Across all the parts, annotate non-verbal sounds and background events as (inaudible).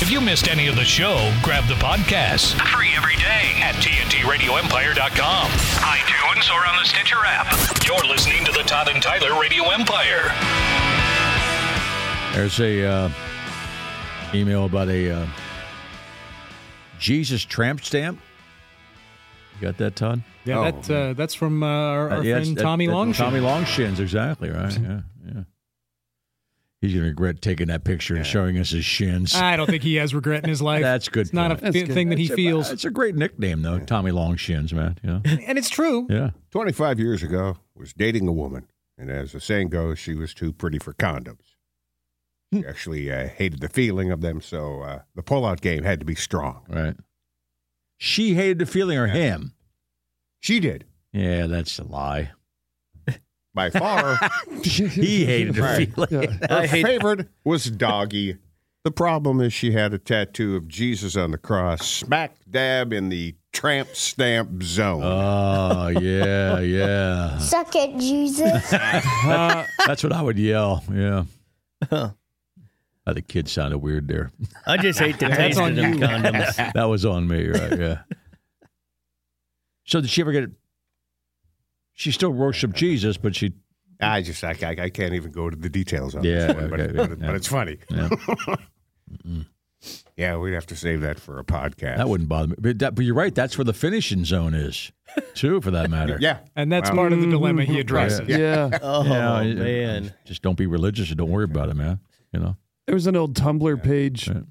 If you missed any of the show, grab the podcast. Free every day at TNTRadioEmpire.com. iTunes or on the Stitcher app. You're listening to the Todd and Tyler Radio Empire. There's a uh, email about a uh, Jesus tramp stamp. You got that, Todd? Yeah, that, uh, that's from uh, our, our Oh, Uh, yeah, it's- friend that- Tommy that- Longshin. Tommy Longshins, exactly right. Yeah, yeah. He's gonna regret taking that picture and showing us his (laughs) shins. I don't think he has regret in his Ah, life. That's good. It's not a point. thi- thing that he That's a- feels. That's a great nickname, though, Tommy Longshins, man. (laughs) Yeah, and it's true. yeah. 25 years ago, was dating a woman, and as the saying goes, she was too pretty for condoms. Hmm. She actually uh, hated the feeling of them, so uh, the pullout game had to be strong. Right. She hated the feeling, or him. She did. Yeah, that's (laughs) a lie. By (laughs) far, He hated the (laughs) Right. feeling. her favorite was doggy. The problem is she had a tattoo of Jesus on the cross, smack dab in the tramp stamp zone. Oh yeah, yeah. Suck it, (laughs) Jesus. Uh, That's what I would yell. Yeah. Oh, the kid sounded weird there. I just (laughs) hate the That's taste on of them you. condoms. That was on me, right? Yeah. so did she ever get? She still worshiped Jesus, but she. I just, I, I, I can't even go to the details on Yeah, this one, but, okay, but, yeah. but it's funny. (laughs) Yeah, Yeah, we'd have to save that for a podcast. that wouldn't bother me. But, that, but you're right. That's where the finishing zone is, too, for that matter. Yeah. (laughs) and that's Wow. Mm-hmm. part of the dilemma he addresses. Yeah. Oh Yeah, I- man, Just don't be religious and don't worry about it, man. You know. There was an old Tumblr page. Right.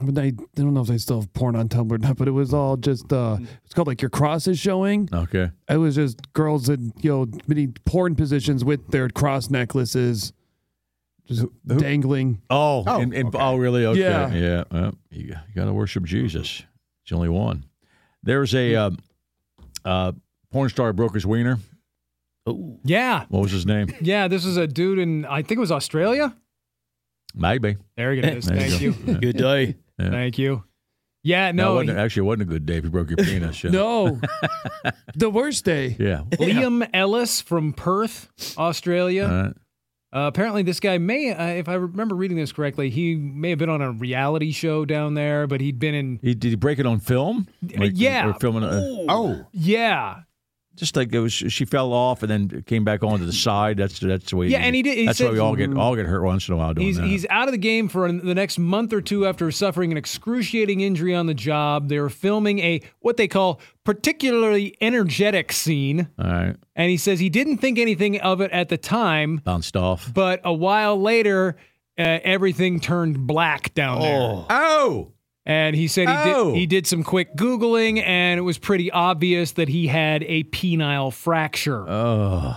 But they, I don't know if they still have porn on Tumblr or not, but it was all just, uh, it's called like your cross is showing. Okay. It was just girls in, you know, many porn positions with their cross necklaces just dangling. Oh, Oh, and, and, okay. oh, really? Okay, Yeah. yeah. Well, you, you got to worship Jesus. It's the only one. There's a uh, uh, porn star broke his wiener. Yeah. What was his name? Yeah, this is a dude in, I think it was Australia. Maybe. There it is. (laughs) There you Thank go. you. good day. Yeah. Thank you. Yeah, No, it no. wasn't- actually, it wasn't a good day if you broke your penis. yeah. (laughs) No. the worst day. Yeah. he- Liam Ellis from Perth, Australia. All right. Uh, apparently, this guy may, uh, if I remember reading this correctly, he may have been on a reality show down there, but he'd been in. He, did he break it on film? Like, yeah. We're filming a, Oh, Yeah. just like it was, she fell off and then came back onto the side. That's that's the way. Yeah, and he did- he that's why said- we all get all get hurt once in a while doing He's, that. he's out of the game for an, the next month or two after suffering an excruciating injury on the job. They're filming a what they call particularly energetic scene. all right. And he says he didn't think anything of it at the time, Bounced off. but a while later, uh, everything turned black down there. Oh. And he said he, Oh. did, he did some quick Googling, and it was pretty obvious that he had a penile fracture. Oh.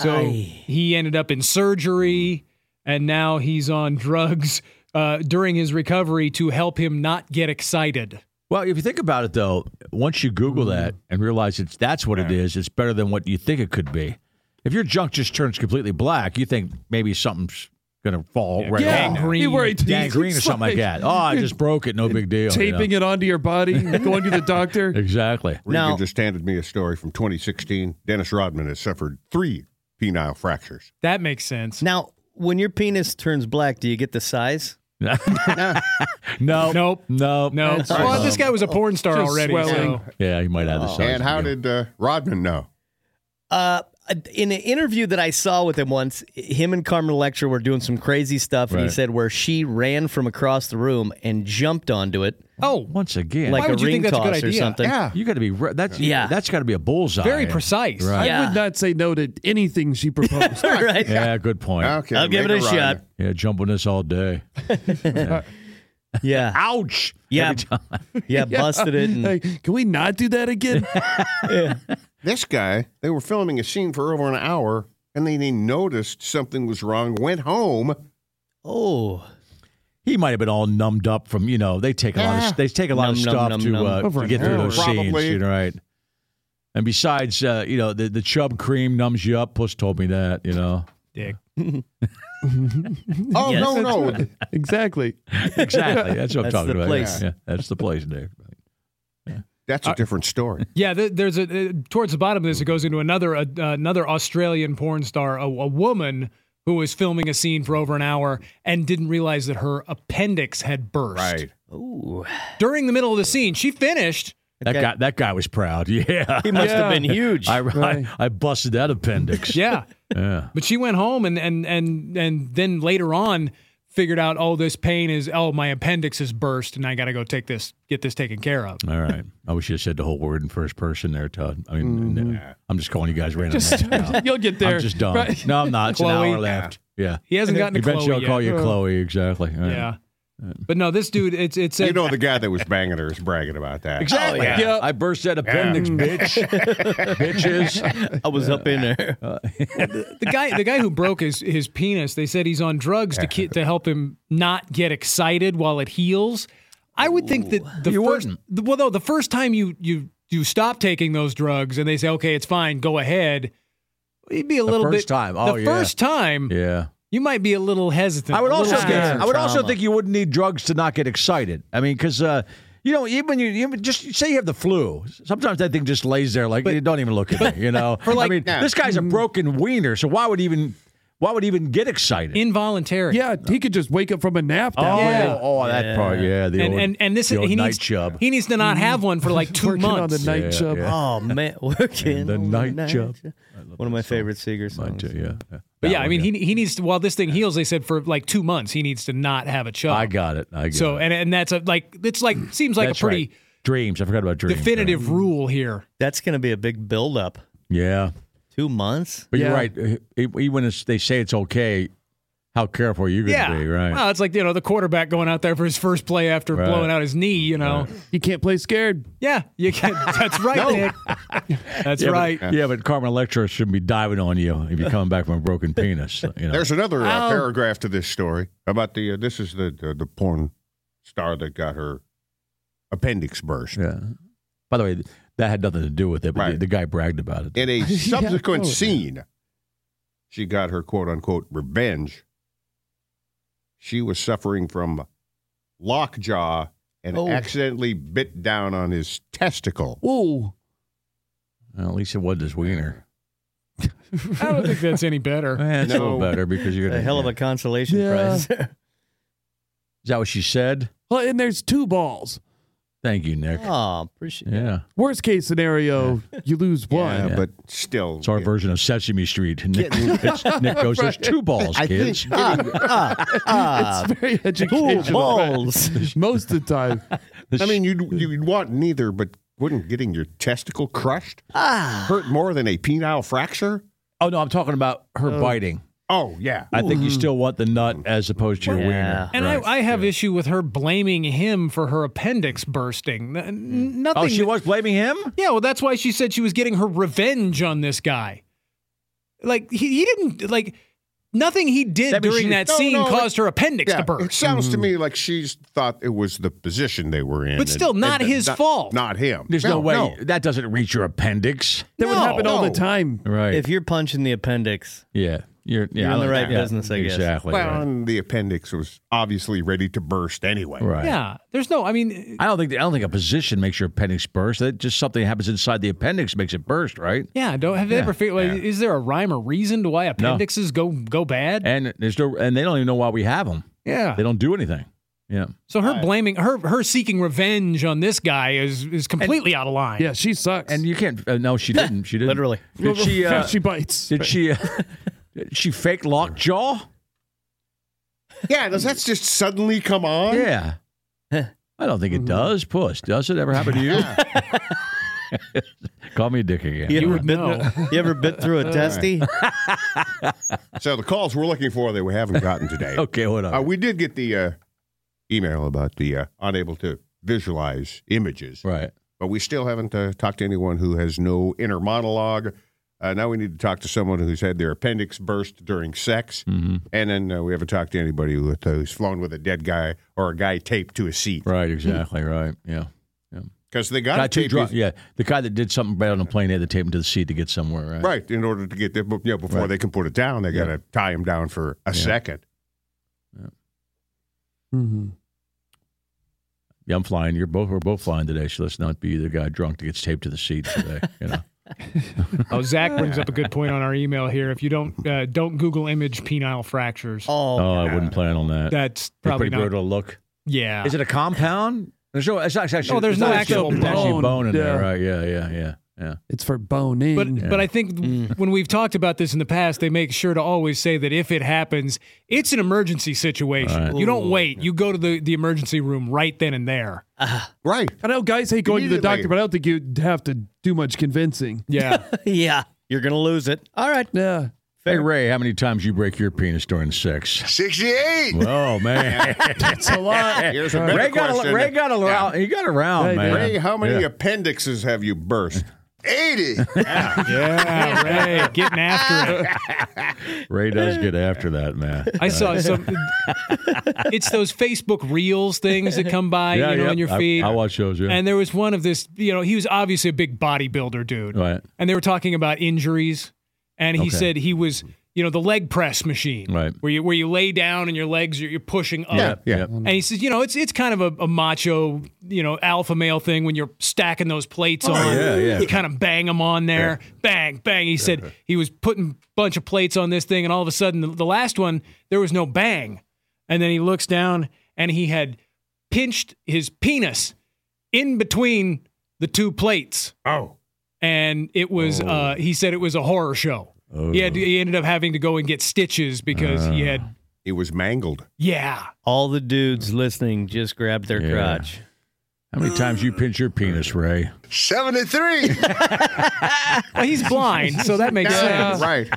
so he ended up in surgery, and now he's on (laughs) drugs uh, during his recovery to help him not get excited. Well, if you think about it, though, once you Google that and realize it's that's what it is, it's better than what you think it could be. If your junk just turns completely black, you think maybe somethings gonna fall right Yeah. off. Green. You worry too. Dang green or It's something like, like- that. Oh, I just broke it. No (laughs) big deal. you know? Taping it onto (laughs) your body, going to the doctor. Exactly. Regan Now- just handed me a story from 2016. Dennis Rodman has suffered three penile fractures. That makes sense. Now, when your penis turns black, do you get the size? No. Nope. No. No, That's well, right. Oh, this guy was a porn star Just already. swelling. So. Yeah, you might add the Oh. size. and how did uh, Rodman know? Uh, in an interview that I saw with him once, him and Carmen Electra were doing some crazy stuff, and he Right. said where she ran from across the room and jumped onto it Oh, once again? like Why a would you ring think that's a good toss or idea? something. you got to be re- that's yeah. Yeah. That's got to be a bullseye. very precise. Right. I Yeah. would not say no to anything (laughs) she proposed. right? Yeah. Good point. Okay, I'll give make it a shot. Rodman. Yeah. Jumping this all day. Yeah, Ouch. yeah, (laughs) yeah. Busted it. And, Hey, can (laughs) we not do that again? This guy, they were filming a scene for over an hour, and then he noticed something was wrong, (laughs) went home. Oh, He might have been all numbed up from you know they take a Eh. lot of they take a lot of Numb, numb, stuff numb, to numb. Uh, Over to an get through hour. those scenes, Probably. you know, right? And besides, uh, you know, the the chub cream numbs you up. Puss told me that, you know. Dick. Oh, Yes. (laughs) no, no. Exactly. Exactly. That's what I'm That's talking the about. place. Yeah, yeah, that's the place, (laughs) Dave. That's a different story. Yeah, th- there's a uh, towards the bottom of this. It goes into another uh, another Australian porn star, a, a woman who was filming a scene for over an hour and didn't realize that her appendix had burst Right. ooh, during the middle of the scene. She finished. That guy, that guy was proud. (laughs) Yeah, he must have been huge. I, Right. I I busted that appendix. Yeah, yeah. (laughs) but she went home and and and and then later on figured out, oh, this pain is oh my appendix is burst and I got to go take this get this taken care of. All right. I wish you had said the whole word in first person there, Todd. I mean, I'm just calling you guys random. names now. You'll get there. I'm just done. Right. No, I'm not. It's Chloe. an hour left. Yeah. He hasn't gotten to Eventually, Chloe I'll yet. call you Chloe. Exactly. All right. Yeah, but no, this dude, it's it's a, You know, the guy that was banging her is bragging about that. Exactly. Oh, yeah. Yeah. I burst that appendix, (laughs) bitch. Bitches. I was up in there. the guy the guy who broke his, his penis they said he's on drugs to ke- to help him not get excited while it heals i would think that the You 1st wouldn't. well though the first time you you you stop taking those drugs and they say okay it's fine go ahead you'd be a little first bit time. Oh, the yeah. first time Yeah. you might be a little hesitant I would a also little think, scared. I would also Trauma. think you wouldn't need drugs to not get excited. I mean, because uh, you know, even you, you just say you have the flu. Sometimes that thing just lays there like you don't even look at it. (laughs) You know, like- Mm-hmm. I mean, Yeah. this guy's a broken wiener, so why would he even why would he even get excited? involuntary Yeah, he could just wake up from a nap that oh, way. Yeah. oh, that part, yeah. The and old, and, and this the old he night needs chub. he needs to not have one for like two Working on months the night Yeah, job. yeah. (laughs) (laughs) Oh man, working the all night job. One of my favorite Seeger Mine songs. too, yeah. but That yeah i one, mean he he needs to while this thing heals they said for like two months he needs to not have a chub I got it. I got Oh. So it. and and that's a like it's like seems like That's a pretty right. dreams. I forgot about dreams. definitive rule here. That's going to be a big buildup. Yeah, Two months. but you're Yeah. right. E- Even if they say it's okay, how careful you're going to Yeah. be, right? Well, it's like, you know, the quarterback going out there for his first play after Right. blowing out his knee, you know. You can't play scared. Yeah, you (laughs) can that's right, Nick. That's yeah, right. But, yeah, but Carmen Electra shouldn't be diving on you if you're coming back from (laughs) a broken penis. You know, There's another Oh. uh, paragraph to this story about the. Uh, this is the, the the porn star that got her appendix burst. yeah. By the way, that had nothing to do with it. But the, Right. the guy bragged about it. In a subsequent oh, yeah. scene, she got her quote unquote revenge. She was suffering from lockjaw and Oh. accidentally bit down on his testicle. Whoa. Well, at least it wasn't his (laughs) wiener. I don't think that's any better. Eh, it's a little No. better because you're A gonna, hell of a Is consolation Yeah. (laughs) prize. that what she said? Well, and there's two balls. Thank you, Nick. oh, (laughs) appreciate it. Yeah, Worst case scenario, you lose one. Yeah, Yeah. Uh, but still, it's our it- version of Sesame Street. Nick, it's- Nick goes, "There's (laughs) two balls, I think kids." Ah, It's very two (laughs) educational. balls. Most of the time. I mean, you'd you'd want neither, but wouldn't getting your testicle crushed hurt more than a penile fracture? Oh no, I'm talking about her biting. Oh yeah, I think you still want the nut as opposed to your Yeah. wiener. And I, I have issue with her blaming him for her appendix bursting. N- n- Nothing. oh, she was blaming him. yeah, well, that's why she said she was getting her revenge on this guy. Like he, he didn't like nothing he did That means during she- that No, scene no, caused her appendix yeah. to burst. It sounds to me like she thought it was the position they were in, But still, not his not- fault. not him. There's no, way that doesn't reach your appendix. That would No. happen all the No. time. Right. If you're punching the appendix, yeah. You're, yeah, You're I in the like right that. business, I guess. Exactly. Well, right. and the appendix was obviously ready to burst anyway. Right. Yeah, there's no. I mean, I don't think I don't think a position makes your appendix burst. That just something happens inside the appendix makes it burst, right? yeah. Don't have they ever figured? Like, Is there a rhyme or reason to why appendixes go go bad? And there's no, and they don't even know why we have them. yeah. They don't do anything. Yeah. So her blaming her her seeking revenge on this guy is is completely out of line. Yeah, she sucks. And you can't. Uh, no, (laughs) she didn't. She didn't. (laughs) Literally. Did (laughs) she? Uh, she bites. did she? Uh, (laughs) did she fake lockjaw? Yeah, does that just suddenly come on? Yeah. (laughs) I don't think it does. Puss, does it ever happen to you? (laughs) Call me a dick again. you, would ever bit, know. (laughs) you ever bit through a testy? So the calls we're looking for that we (laughs) haven't gotten today. (laughs) Okay, what Uh, up? we did get the uh, email about the uh, unable to visualize images, right. but we still haven't uh, talked to anyone who has no inner monologue, Uh, now we need to talk to someone who's had their appendix burst during sex, Mm-hmm. and then uh, we haven't talked to anybody with, who's flown with a dead guy or a guy taped to a seat Right, exactly, right. Yeah. because they got Guy to too tape drunk. you- Yeah, the guy that did something bad on the plane they had to tape him to the seat to get somewhere. Right. right in order to get there. But, you know, before they can put it down, they got to tie him down for a second. Mm-hmm. Yeah, I'm flying. You're both. We're both flying today, so let's not be the guy drunk that gets taped to the seat today. You know. Oh, Zach brings up a good point on our email here. If you don't uh, don't Google image penile fractures, (laughs) oh, Oh, I wouldn't plan on that. that's They're probably pretty not. brutal to look. Yeah, Is it a compound? There's no. It's actually. No, Oh, there's it's no not actual it's actually bone. bone in there. Yeah. Right. Yeah. Yeah. Yeah. Yeah. It's for boning. But but I think Mm. when we've talked about this in the past, they make sure to always say that if it happens, it's an emergency situation. You don't wait. You go to the, the emergency room right then and there. Right. (laughs) I know guys hate going to the Immediately. doctor, but I don't think you'd have to do much convincing. (laughs) Yeah. yeah, you're gonna lose it. All right, Yeah. Hey Ray, how many times you break your penis during sex? 68! (laughs) Oh (laughs) man, It's (laughs) a lot. Here's a better Ray got a, question. Ray got around. He got around, Hey, man. Ray, how many Yeah. appendixes have (laughs) you burst? 80! yeah, Ray, getting after it. Ray does get after that, man. (laughs) I (laughs) saw some. It's those Facebook Reels things that come by, you know, yep. on your I- feed. I, watch those. Yeah. and there was one of this, you know, he was obviously a big bodybuilder dude. right. and they were talking about injuries and he Okay. said he was you know the leg press machine Right. where you where you lay down and your legs you're, you're pushing up Yeah. Yeah. and he says you know it's it's kind of a, a macho you know alpha male thing when you're stacking those plates on Oh, yeah, yeah. you kind of bang them on there bang bang he said he was putting a bunch of plates on this thing and all of a sudden the, the last one there was no bang and then he looks down and he had pinched his penis in between the two plates Oh. and it was Oh. uh, he said it was a horror show. He had he ended up having to go and get stitches because he Ah. had He was mangled. yeah. all the dudes listening just grabbed their Yeah. crotch. How many times you pinch your penis, Ray? (laughs) 73! Well, he's blind, so that (laughs) makes sense. Right.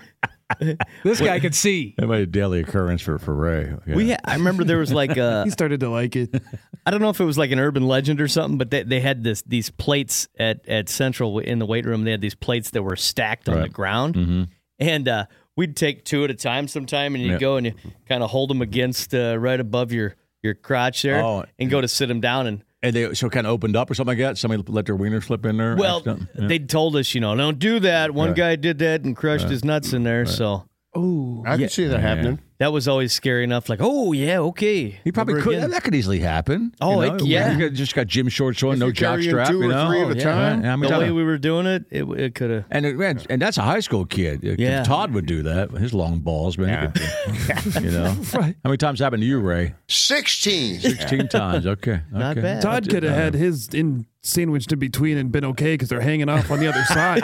This guy could see. That might be a daily occurrence for, for Ray. Yeah. We, ha- I remember there was like a, (laughs) He started to like it. I don't know if it was like an urban legend or something, but they, they had this these plates at at Central in the weight room. They had these plates that were stacked on the Right. Mm-hmm. ground, and uh, we'd take two at a time sometime, and you Yeah. would go and you kind of hold them against uh, right above your your crotch there, Oh. and go to sit them down and and they so kind of opened up or something like that. Somebody let their wiener slip in there. Well, accident? Yeah. they told us, you know, don't do that. One guy did that and crushed his nuts in there, so I can see that happening. that was always scary enough. Like, oh yeah, okay. he probably Never could. again. That could easily happen. Oh, you know? it- yeah. You could- just got gym shorts on, If no you're jock carrying strap. two you or know? Oh, three at a Yeah. time. Right. I mean, The way that- we were doing it, it, it could have. and it, man, and that's a high school kid. If Yeah. Todd would do that. His long balls, man. (laughs) you (laughs) know, how many times happened to you, Ray? 16! Sixteen times. Okay, (laughs) Not okay. bad. Todd could have had his in sandwiched in between and been okay because they're hanging off on the other side.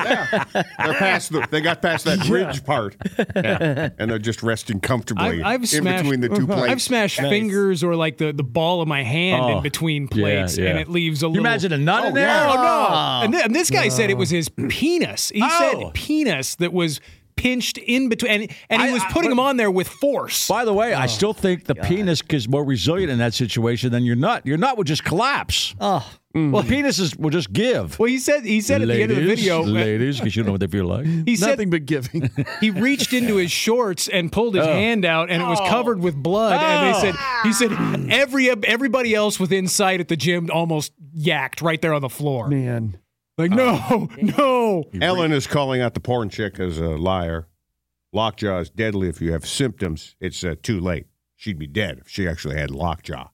They're past the, they (laughs) got past that bridge part, Yeah. and they're just resting comfortably I've, I've in smashed between the (laughs) two plates. (laughs) I've smashed fingers or like the, the ball of my hand Oh, in between plates, yeah. and it leaves a You little. imagine a nut in there? Oh no! And, th- and this guy said it was his penis. He Ah. Oh. said penis that was pinched in between, and, and he I- was I- putting him but- on there with force. By the Oh, way, I still think the penis is more resilient in that situation than your nut. Your nut would just collapse. Oh. Well, penises will just give. Well, he said he said at the end of the video, uh, ladies, because you know what they feel (laughs) like. he said Nothing but giving. he reached into (laughs) his shorts and pulled Oh. his hand out and it was covered with blood and they said he said every everybody else within sight at the gym almost yacked right there on the floor Man. like no no Ellen is calling out the porn chick as a liar. Lockjaw is deadly if you have symptoms. It's uh, too late. She'd be dead if she actually had lockjaw.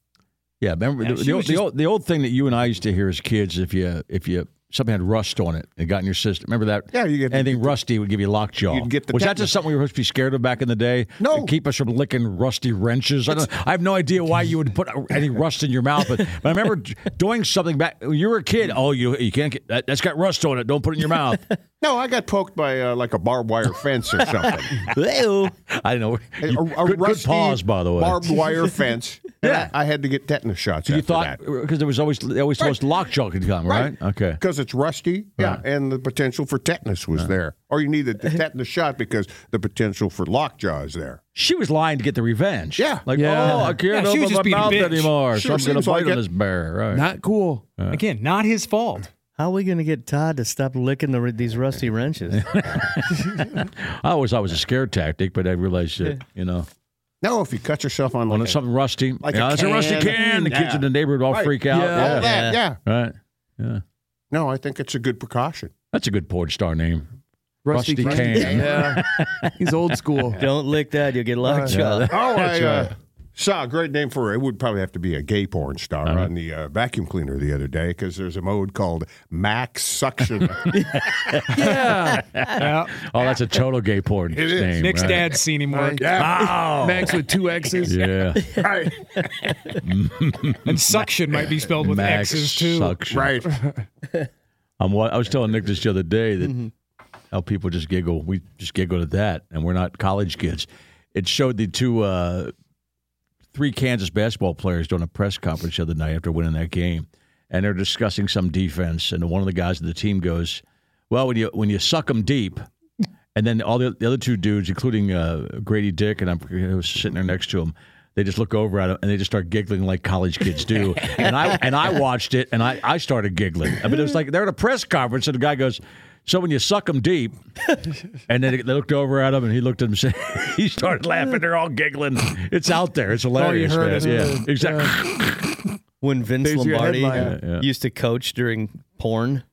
Yeah, remember the, she the, old, was the, just- old, the old thing that you and I used to hear as kids, if you if you something had rust on it, it got in your system. Remember that? Yeah, you get the- anything rusty would give you lockjaw. You'd get the was that tetanus. just something we were supposed to be scared of back in the day? No. to keep us from licking rusty wrenches. I, don't, I have no idea why you would put any rust in your mouth, but, but I remember (laughs) doing something back when you were a kid. Oh, you you can't get that, that's got rust on it. Don't put it in your (laughs) mouth. No, I got poked by uh, like a barbed wire fence (laughs) or something. Ew. I don't know. A, You- a, a good, good rusty pause, by the way. (laughs) barbed wire fence. Yeah. I had to get tetanus shots. you after thought because there was always they always told us lockjaw could come, right? Okay. Because it's rusty, yeah, Right. and the potential for tetanus Uh-huh. was there, or you (laughs) needed the tetanus shot because the potential for lockjaw is there. She was lying to get the revenge. Yeah. Like, Yeah. oh, I can't Yeah, she was open just my being a mouth bitch. anymore. Sure so I'm going seems to bite like on it. this bear. Right. Not cool. again not his fault How are we going to get Todd to stop licking the, these (laughs) rusty wrenches? I always thought it was a scare tactic, but I realized that you know No, if you cut yourself on when like it's a- something rusty, like you know, a it's a rusty can. can. The kids Yeah. in the neighborhood all Right. freak out. all Yeah. that, Yeah. yeah. Right. No, I think it's a (laughs) good precaution. That's a good porn star name. Rusty, Rusty Can. Yeah. He's old school. Don't lick that; you'll get lockjaw. Oh, I uh, saw a great name for it. It would probably have to be a gay porn star Uh-huh. on the uh, vacuum cleaner the other day because there's a mode called max (laughs) suction. Oh, that's a total gay porn It is. name. Nick's right. dad's seen him work. Max with (laughs) two X's. Yeah. right, And suction might be spelled with Max X's too. Suction. right. I'm, wa- I was telling Nick this the other day that how people just giggle. We just giggle at that, and we're not college kids. It showed the two, uh, three Kansas basketball players doing a press conference the other night after winning that game, and they're discussing some defense. And one of the guys on the team goes, "Well, when you when you suck them deep." And then all the, the other two dudes, including uh, Grady Dick, and I'm I was sitting there next to him. They just look over at him and they just start giggling like college (laughs) kids do. and I and I watched it and I, I started giggling. I mean, it was like they're at a press conference and the guy goes, "So when you suck them deep," and then they looked over at him and he looked at him. (laughs) And said, he started laughing. They're all giggling. It's out there. It's hilarious. Oh, heard man. is, Yeah, exactly. (laughs) When Vince There's your Lombardi headline. Yeah, yeah. used to coach during porn,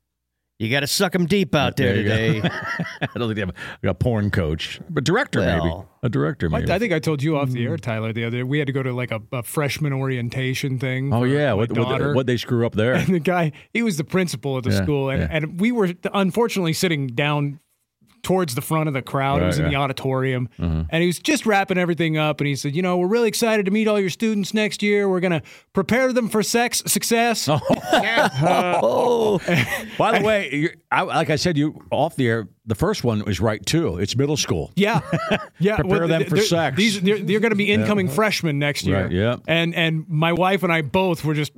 you got to suck them deep out there There you go. today. (laughs) (laughs) I don't think they have a, a porn coach, but director maybe. Well. A director I, maybe. I think I told you off the air, Tyler, the other day. We had to go to like a, a freshman orientation thing. oh for yeah, my what daughter. what they screw up there? and (laughs) the guy he was the principal at the Yeah, school and, yeah. and we were unfortunately sitting down towards the front of the crowd it was Right, Mm-hmm. in the auditorium and he was just wrapping everything up and he said you know we're really excited to meet all your students next year we're going to prepare them for sex success Oh. (laughs) By the way, you I, like I said, you off the air. The first one is right too. It's middle school. (laughs) yeah yeah Prepare them th- for they're- sex. these they're, they're going to be incoming freshmen next year Right, yeah. and and my wife and i both were just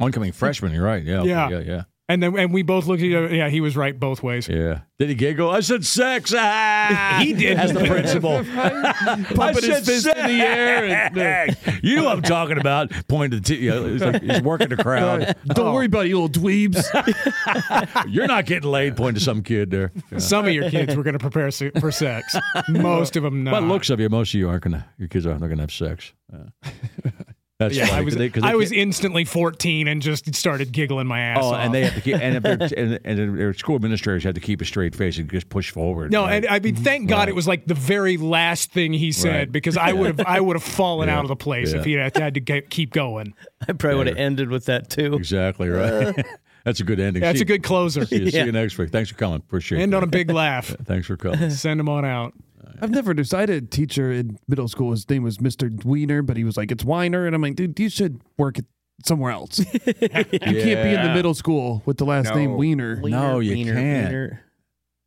Oncoming freshman. You're right. Yeah. okay, Yeah. Yeah. Yeah. and then and we both looked at each other yeah he was right both ways Yeah. Did he giggle? I said sex. (laughs) Ah! He did. As the principal. I his said fist in the air sex. (laughs) you know what I'm talking about. Pointed to you. Know, he's, like, he's working the crowd. Don't worry about it, you little dweebs. You're not getting laid. Point to some kid there. Yeah. some of your kids were going to prepare se- for (laughs) sex most of them not By the looks of you, most of you aren't gonna. Your kids aren't gonna have sex. Yeah. That's Yeah, funny, I was 'cause they- 'cause they I was can't- instantly 14 and just started giggling my ass Oh, off. and they have to keep, and if they're, and, and their school administrators have to keep a straight face and just push forward. no, right? and I mean, thank God it was like the very last thing he said Right. because I would have I would have fallen out of the place if he had had to get, keep (laughs) going. I probably would have ended with that too. exactly right. Uh, (laughs) That's a good ending. That's See- a good closer. See, you- see you next week. Thanks for coming. Appreciate End it. on a big laugh. Thanks for (laughs) coming. Send him on out. (laughs) I've never decided teacher in middle school. His name was Mr. Wiener, but he was like, it's Weiner. And I'm like, dude, you should work at somewhere else. you can't be in the Yeah. middle school with the last No. name Wiener. No, you can't.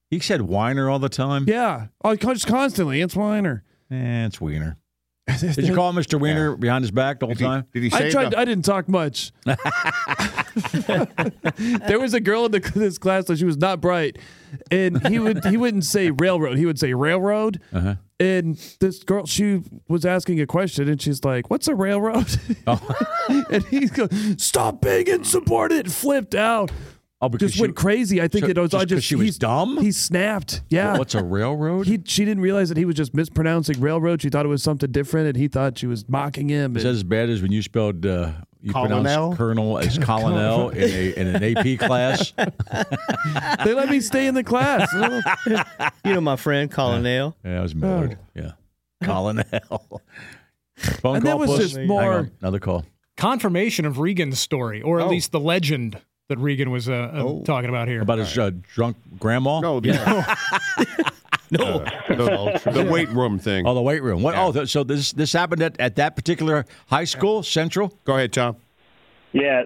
He said whiner all the time. Yeah. Oh, con- just constantly. It's Weiner. Eh, it's Wiener. Did (laughs) you call him Mr. Wiener behind his back the whole Did he, time? did he say I tried. the- I didn't (laughs) talk much. there was a girl in the, this class that she was not bright, and he would he wouldn't say railroad. He would say railroad. Uh-huh. And this girl, she was asking a question, and she's like, "What's (laughs) a railroad?" Oh. (laughs) and he goes, "Stop being insubordinate!" and Flipped out. Oh, because Just she- went crazy. I think So it was. just I 'cause just she was he's- dumb? He snapped. Yeah. What's a railroad? he, she didn't realize that he was just mispronouncing railroad. She thought it was something different, and he thought she was mocking him. Is and- that as bad as when you spelled uh, you Colonel? pronounced Colonel (laughs) as Colonel in, a, in an AP class? they let me stay in the class. You know my friend Colonel. Yeah, Oh. it was Millard. Yeah. (laughs) Colonel. Phone And that call, was puss. just Hang more- on, Another call. Confirmation of Regan's story, or at Oh. least the legend that Regan was uh, uh, talking about here. About his uh, drunk grandma? no, the, (laughs) Uh, No, the weight room thing. Oh, the weight room. What? Oh, th- so this this happened at, at that particular high school, Central? Go ahead, Tom. Yeah,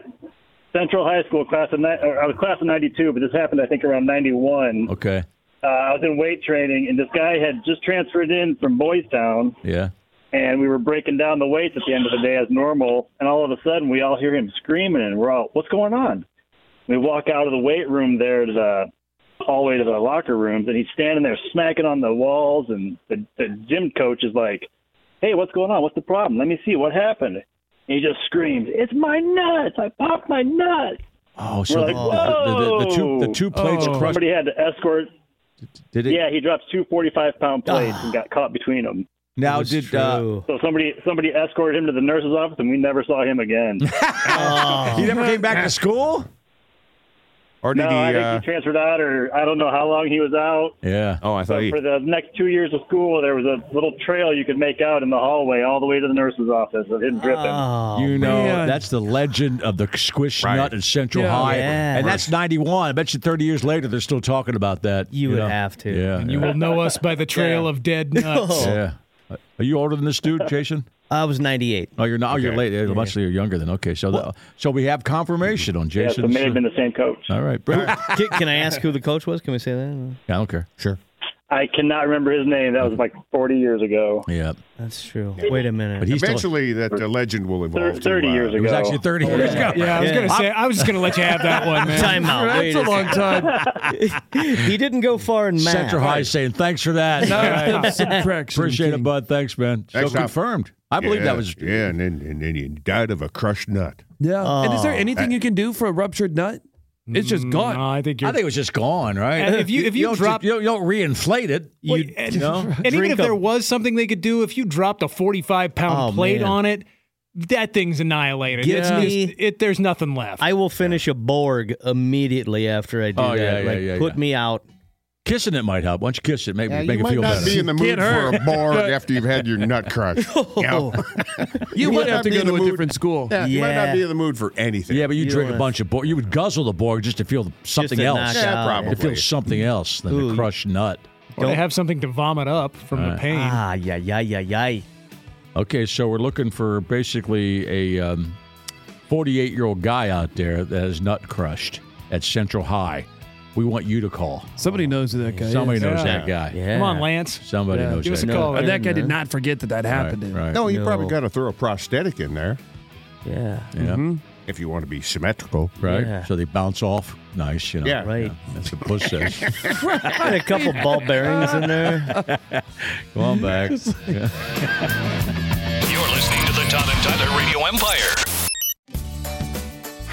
Central High School class of ni- or I was class of '92, but this happened I think around '91. Okay. Uh, I was in weight training, and this guy had just transferred in from Boys Town, Yeah. and we were breaking down the weights at the end of the day (laughs) as normal. And all of a sudden, we all hear him screaming, and we're all, "What's going on?" We walk out of the weight room there to the hallway to the locker rooms, and he's standing there smacking on the walls, and the, the gym coach is like, "Hey, what's going on? What's the problem? Let me see what happened." And he just screams, "It's my nuts! I popped my nuts!" Oh, so We're the, like, the, the, the two the two plates Oh. crushed. Somebody had to escort. Did it? Yeah, he dropped two 45 pound plates and got caught between them. now That's did uh, true. So somebody somebody escorted him to the nurse's office, and we never saw him again. he never came back to school? Or did no, he? I think uh, he transferred out, or I don't know how long he was out. Yeah. oh, I thought But he. for the next two years of school, there was a little trail you could make out in the hallway all the way to the nurse's office of hidden dripping. Oh, you know, man. that's the legend of the squish Right. nut at Central Yeah. High. Yeah. And that's 91. I bet you 30 years later, they're still talking about that. You would have to. Yeah. And yeah. you will know us by the trail of (laughs) dead nuts. Yeah. Uh, Are you older than this dude, Jason? I was 98. Oh, you're not. Oh, you're late. Yeah, Much you're younger than. Okay, so the, so we have confirmation on yeah, Jason. so it may have been the same coach. All right, Brett. can, can I ask who the coach was? Can we say that? I don't care. Sure. I cannot remember his name. That was like 40 years ago. Yeah, That's true. Wait a minute. but he's still. Eventually, that the legend will Thir- evolve. to, 30 uh, years ago. It was actually 30 years ago. Yeah, I was Yeah. gonna say I was just gonna let you have that (laughs) one, man. Time out. That's Wait a a long time. second. he didn't go far in math. Central High saying thanks for that. All right. (laughs) Subtraction Appreciate it, king. bud. Thanks, man. Next so time. confirmed. I believe Yeah, that was. Yeah, and then and then he died of a crushed nut. Yeah. and is there Oh. anything you can do for a ruptured nut? It's just gone. No, Mm, I think I you're. think it was just gone, right? And if you- if you don't, drop- you don't, you don't reinflate it. Well, You, and, you know, (laughs) and even Drink if there a- was something they could do, if you dropped a 45 pound Oh, plate man. on it, that thing's annihilated. Give It's me- just- it, there's nothing left. I will finish a Borg immediately after I do Oh, that. yeah, yeah, like, yeah, put yeah. me out. kissing it might help. Why don't you kiss it? Make, Yeah, make you it might feel not better. be in the mood Get for her. a bar after you've had your nut crushed. Oh. You would might have to be go in to the a mood. different school. Yeah, you might not Yeah. be in the mood for anything. yeah, but you, You drink a don't have- bunch of Borg. You would guzzle the Borg just to feel something Just a else. knockout. Yeah, probably. To feel something else than the Ooh. crushed nut. or they have something to vomit up from the pain. Ah, yeah, yeah, yeah, yeah. Okay, so we're looking for basically a 48 year old guy out there that is nut crushed at Central High. We want you to call. Somebody knows who that guy Somebody is. knows Yeah. that guy. Yeah. Come on, Lance. Somebody Yeah. knows Give us that a guy. call. And that guy did not forget that that happened. to him. Right, right. No, you probably No. got to throw a prosthetic in there Yeah. Yeah. Mm-hmm. if you want to be symmetrical. Right. Yeah. So they bounce off. Nice. You know. Yeah. Right. That's what (laughs) Puss says. Put a couple ball bearings in there. Come on back. Yeah. You're listening to the Todd and Tyler Radio Empire.